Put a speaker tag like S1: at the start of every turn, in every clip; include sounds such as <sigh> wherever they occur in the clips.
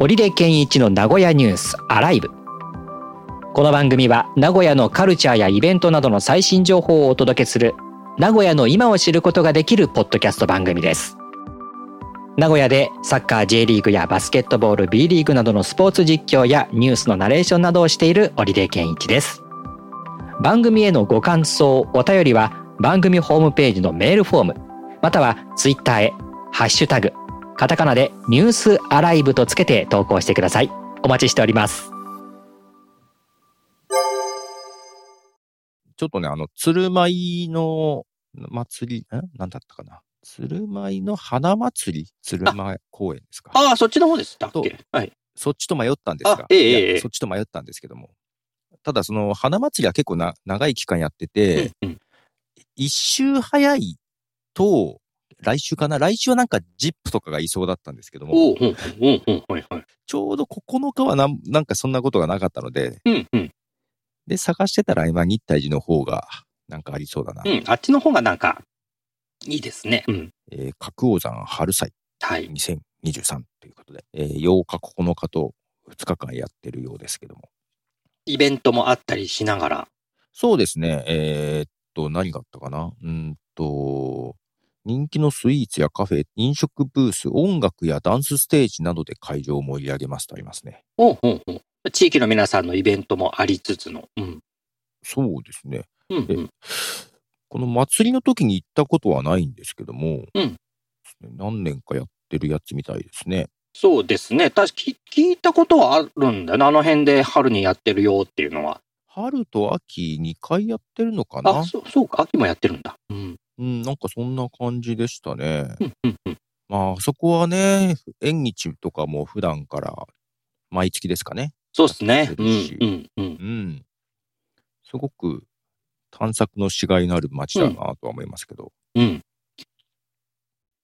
S1: 織出健一の名古屋ニュースアライブこの番組は名古屋のカルチャーやイベントなどの最新情報をお届けする名古屋の今を知ることができるポッドキャスト番組です名古屋でサッカー J リーグやバスケットボール B リーグなどのスポーツ実況やニュースのナレーションなどをしている織出健一です番組へのご感想お便りは番組ホームページのメールフォームまたはツイッターへハッシュタグカタカナでニュースアライブとつけて投稿してくださいお待ちしております
S2: ちょっとね、あの、鶴舞の祭り、んなんだったかな。鶴舞の花祭り鶴舞公園ですか。
S3: ああ、そっちの方でしたっ
S2: と
S3: けはい。
S2: そっちと迷ったんですが
S3: あ、ええ
S2: いや
S3: ええ
S2: そっちと迷ったんですけども。ただ、その、花祭りは結構な、長い期間やって
S3: う
S2: て
S3: ん、うん
S2: 一周早いと、来週かな来週はなんか、ジップとかがいそうだったんですけども、
S3: おう、うん、うん、うん、はい、はい。
S2: ちょうど9日はなんなんかそんなことがなかったので、
S3: うん、うん、
S2: で、探してたら今、日体寺の方が、なんかありそうだな。
S3: うん。あっちの方がなんか、いいですね。うん。
S2: えー角王山春祭。
S3: はい。
S2: 2023ということで、えー8日、9日と2日間やってるようですけども。
S3: イベントもあったりしながら。
S2: そうですね、えーっと、何があったかなうーんと、人気のスイーツやカフェ、飲食ブース、音楽やダンスステージなどで会場を盛り上げますとありますね。
S3: おう、うん、うん。地域の皆さんのイベントもありつつの。うん。
S2: そうですね。
S3: うん、うん。
S2: この祭りの時に行ったことはないんですけども、
S3: うん
S2: 何年かやってるやつみたいですね。
S3: そうですね。確か聞聞いたことはあるんだよね。あの辺で春にやってるよっていうのは。
S2: 春と秋2回やってるのかな
S3: あ、そう、そうか。秋もやってるんだ。うん。
S2: うん、なんかそんな感じでしたね。
S3: うん、うん、うん。
S2: まあ、そこはね、縁日とかも普段から毎月ですかね。
S3: そうですね。う
S2: やってるし
S3: ん、うん、うん。
S2: うん。すごく探索のしがいのある街だなとは思いますけど。
S3: うん。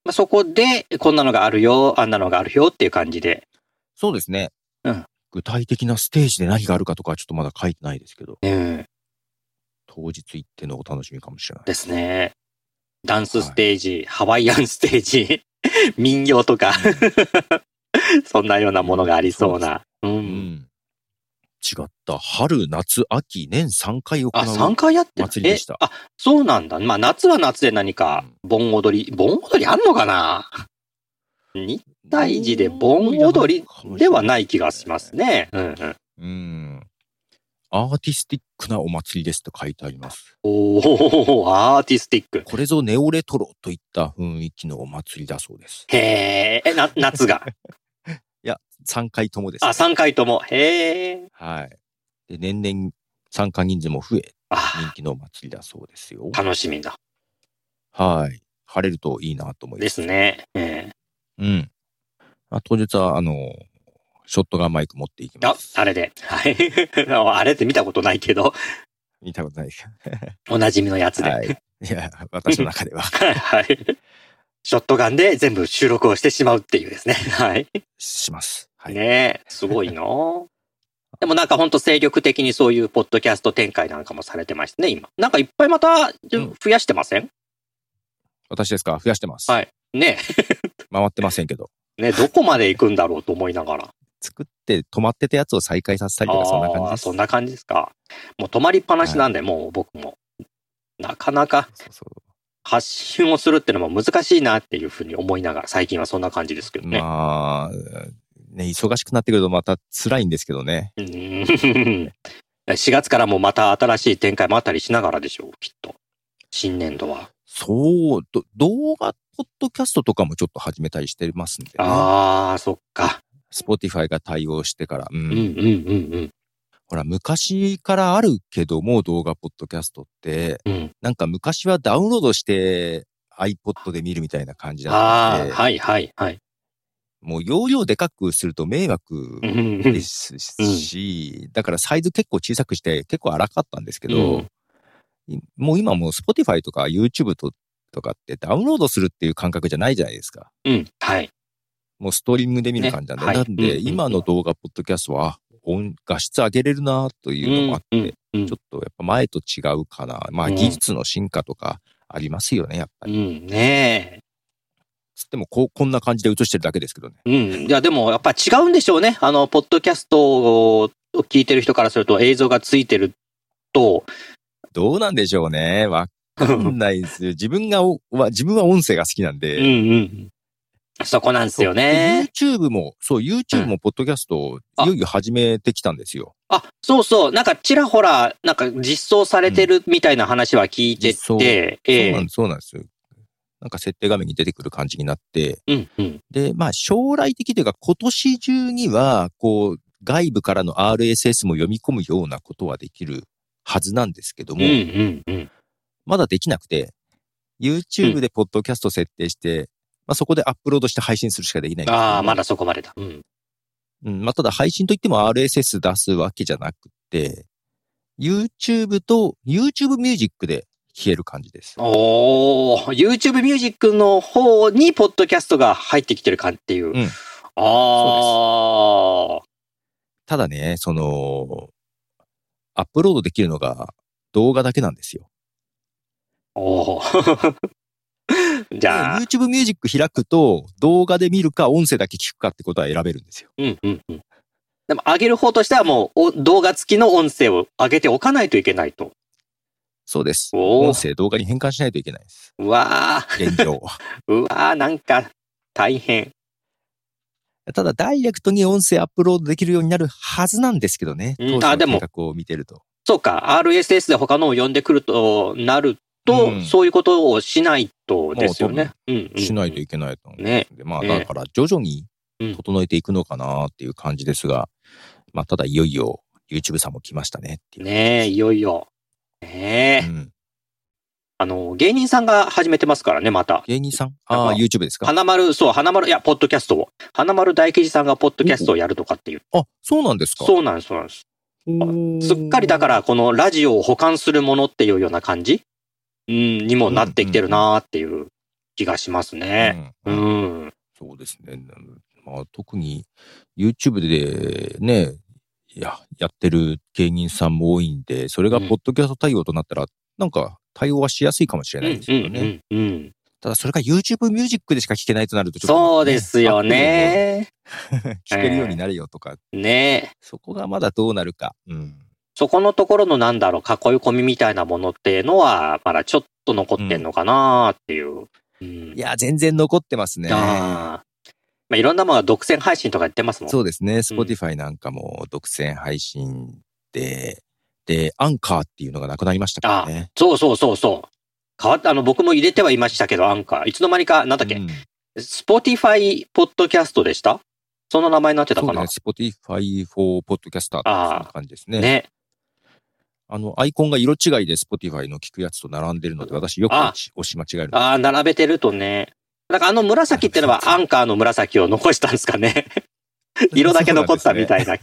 S3: まあ、そこで、こんなのがあるよ、あんなのがあるよっていう感じで。
S2: そうですね。
S3: うん
S2: 具体的なステージで何があるかとかはちょっとまだ書いてないですけど、
S3: うん。
S2: 当日行ってのお楽しみかもしれない。
S3: ですね。ダンスステージ、ハワイアンステージ、 <laughs> 民謡とか、 <laughs> そんなようなものがありそうな。う。
S2: うんん。違った。春、夏、秋、年3回行う。
S3: あ、3回やってる
S2: 祭りでした
S3: えあ、そうなんだ。まあ、夏は夏で何か、盆踊り、盆踊りあんのかな日体寺で盆踊りではない気がしますね。うんうん。
S2: うん。アーティスティックなお祭りですと書いてあります。
S3: おー、アーティスティック。
S2: これぞネオレトロといった雰囲気のお祭りだそうです。
S3: へーえ、な、夏が。
S2: 3回ともです、
S3: あ、3回とも。へえ。
S2: はい。で、年々参加人数も増え、人
S3: あ
S2: 気のお祭りだそうですよ
S3: ー、。楽しみだ。
S2: はい。晴れるといいなと思いま。
S3: ですすね。え
S2: うん。あ当日は、あの、ショットガンマイク持っていき
S3: ー、
S2: ま
S3: あ、
S2: す。
S3: あれで。はい。 <laughs> あれって見たことないけど、
S2: 見たことないです。
S3: おなじみのやつで。
S2: はい。いや、私の中では。
S3: はい。ショットガンで全部収録をしてしまうっていうですね。はい。
S2: します。はい。
S3: ねえ、すごい
S2: <laughs>
S3: なあでもなんかほんと精力的にそういうポッドキャスト展開なんかもされてましてね、今。なんかいっぱいまたじゅ
S2: うん
S3: 増やしてません、
S2: 私ですか増やしてます。
S3: はいね
S2: 回ってませんけど。
S3: え、ねどこまで行くんだろうと思いながら。
S2: 作って、止まってたやつを再開させたりとか、そんな感じ
S3: あ
S2: で
S3: ー
S2: す。
S3: そんな感じですか。もう止まりっぱなしなんで、もう僕も。なかなか
S2: そうそう。
S3: 発信をするってのも難しいなっていうふうに思いながら、最近はそんな感じですけどね。
S2: <laughs> まあ、ね、忙しくなってくるとまた辛いんですけどね。
S3: うん <laughs> 4月からもまた新しい展開もあったりしながらでしょう、きっと。新年度は。
S2: そう、ど動画、ポッドキャストとかもちょっと始めたりしてますんで、ね。
S3: ああ、そっか。
S2: スポティファイが対応してから。うん。
S3: うんうんうん
S2: ほら、昔からあるけども、動画、ポッドキャストって、
S3: うん。うん、
S2: なんか昔はダウンロードして、iPod で見るみたいな感じだった
S3: あ
S2: ん
S3: あ、
S2: で、
S3: はいはいはい。
S2: もう容量でかくすると迷惑
S3: うんうんうん
S2: ですし、だからサイズ結構小さくして、結構荒かったんですけど、
S3: うん
S2: いもう今もう Spotify とか YouTube ととかってダウンロードするっていう感覚じゃないじゃないですか。
S3: うん、はい。
S2: もうストリーミングで見る感じなんで。
S3: ねはい
S2: なんで、
S3: うんうん
S2: 今の動画、ポッドキャストは音画質上げれるなというのもあって、
S3: うんうん
S2: ちょっとやっぱ前と違うかな。まあ
S3: うん
S2: 技術の進化とかありますよね、やっぱ
S3: う
S2: り。
S3: ん、ねえ。
S2: つってもこう、こんな感じで映してるだけですけどね。
S3: うん。いや、でもやっぱ違うんでしょうね。あの、ポッドキャストを聞いてる人からすると映像がついてると、
S2: どうなんでしょうね。わかんないですよ。自分がお、わ自分は音声が好きなん
S3: う
S2: で。
S3: んうん。そこなんですよね。
S2: そうで YouTube も、そう、YouTube もポッドキャストを
S3: あ
S2: いよいよ始めてきたんですよ。
S3: あ、そうそう。なんかちらほら、なんか実装されてるみたいな話は聞いて
S2: 実装
S3: て、
S2: そう
S3: え
S2: な
S3: え
S2: んそうなんですよ。なんか設定画面に出てくる感じになって。
S3: うんうん。
S2: で、まあ将来的というか今年中には、こう、外部からの RSS も読み込むようなことはできるはずなんですけど
S3: う
S2: も、
S3: んうんうん。
S2: まだできなくて、YouTube でポッドキャスト設定して、まあそこでアップロードして配信するしかできないんですけど
S3: ああ、まだそこまでだ。うん。
S2: うん、まあ、ただ配信といっても RSS 出すわけじゃなくて、YouTube と YouTube ミュージックで消える感じです。
S3: おー、YouTube ミュージックの方に、ポッドキャストが入ってきてる感っていう。
S2: うん
S3: ああ、
S2: ただね、その、アップロードできるのが動画だけなんですよ。
S3: おー <laughs> じ
S2: で
S3: ゃあ、
S2: YouTube ミュージック開くと、動画で見るか音声だけ聞くかってことは選べるんですよ。
S3: うんうんうん。でも、上げる方としてはもうお、動画付きの音声を上げておかないといけないと。
S2: そうです。
S3: おー
S2: 音声動画に変換しないといけないです。
S3: うわ
S2: 現状。
S3: <laughs> ー、うわー、なんか、大変。
S2: ただ、ダイレクトに音声アップロードできるようになるはずなんですけどね。
S3: う
S2: 当
S3: ん
S2: 時
S3: あでも
S2: の計画を見てると。
S3: そうか、RSS で他のを呼んでくるとなると、
S2: うん
S3: そういうことをしないとですよね。うんうんうん
S2: しないといけないと思うんですでまあ、
S3: ね
S2: だから徐々に
S3: うん
S2: 整えていくのかなっていう感じですが、まあ、ただいよいよ YouTube さんも来ましたねっていう。
S3: ねえ、いよいよ。ねえ、
S2: うん
S3: あの、芸人さんが始めてますからね、また。
S2: 芸人さん
S3: なん
S2: あ
S3: か
S2: あ、YouTube ですか
S3: 花丸、そう、花丸、いや、ポッドキャストを。花丸大吉さんがポッドキャストをやるとかっていう。
S2: あ、そうなんですか
S3: そうなんです、そうなんです。すっかりだか。ら、このラジオを保管するものっていうような感じうん、にもなってきてるなーっていう気がしますね。
S2: う
S3: うんん。
S2: そうですね。まあ、特に YouTube でね、いや、やってる芸人さんも多いんで、それが
S3: うん
S2: ポッドキャスト対応となったら、なんか対応はしやすいかもしれ
S3: う
S2: ない
S3: ん
S2: で、す
S3: う
S2: よね。
S3: ん、うん、うん。
S2: ただそれが YouTube ミュージックでしか聴けないとなるとちょっと、
S3: そうですよ。ね。 <laughs>
S2: 聞けるようになるよとか、
S3: ねえ
S2: そこがまだどうなるか。うん。
S3: そこのところのなんだろう、囲い込みみたいなものっていうのは、まだちょっと残ってんのかなーっていう。うん
S2: いや、全然残ってますね。
S3: あーまあ、いろんなものが独占配信とかやってますもん。
S2: そうですね。Spotify なんかも独占配信で、で、アンカーっていうのがなくなりましたからね。
S3: そうそうそうそう。変わった、あの、僕も入れてはいましたけど、アンカー。いつの間にか、なんだっ
S2: う
S3: け、
S2: ん
S3: スポティファイポッドキャストでしたその名前になってた
S2: そ
S3: か
S2: う
S3: な
S2: ですね。Spotify for Podcaster って
S3: あー
S2: そんな感じですね。
S3: ね
S2: あの、アイコンが色違いで Spotify の聞くやつと並んでるので、私よく
S3: あ
S2: 押し押し間違えるんです
S3: ああ、並べてるとね。なんかあの紫っての
S2: <laughs>
S3: はアンカーの紫を残したんですかね。色だけ残った
S2: <laughs>
S3: みたいな。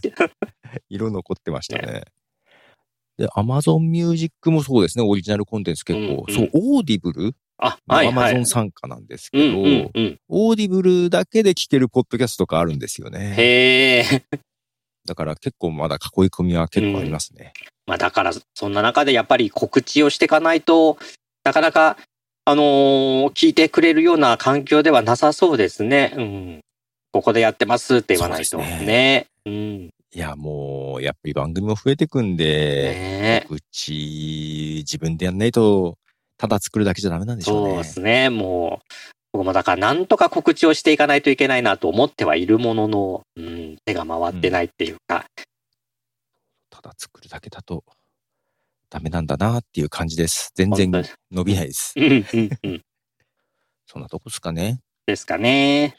S2: 色残ってましたね。で、Amazon Music もそうですね、オリジナルコンテンツ結構。
S3: うんうん
S2: そう、オーディブル
S3: あ、は
S2: ア
S3: いは
S2: マゾ
S3: い
S2: ン。参加なんです
S3: う
S2: け
S3: ん
S2: ど、
S3: うんうん。
S2: オーディブルだけで聞けるポッドキャストがあるんですよね。
S3: へえ。
S2: だから結構まだ囲い込みは結構ありますね。
S3: まあだから、そんな中でやっぱり告知をしていかないと、なかなか、あのー聞いてくれるような環境ではなさそうですね。うん。ここでやってますって言わないと。
S2: そうです
S3: ね。うん。ね
S2: いや、もう、やっぱり番組も増えてくんで、
S3: え。
S2: うち、自分でやんないと、ただ作るだけじゃダメなんでしょう
S3: そう
S2: ね。
S3: ですね。もう、僕もだから、なんとか告知をしていかないといけないなと思ってはいるものの、うん、手が回ってないっていうか、
S2: ただ作るだけだと、ダメなんだなっていう感じです。全然
S3: 本当
S2: 伸びないです。
S3: うん、うん、うん。
S2: そんなとこですかね。
S3: ですかね。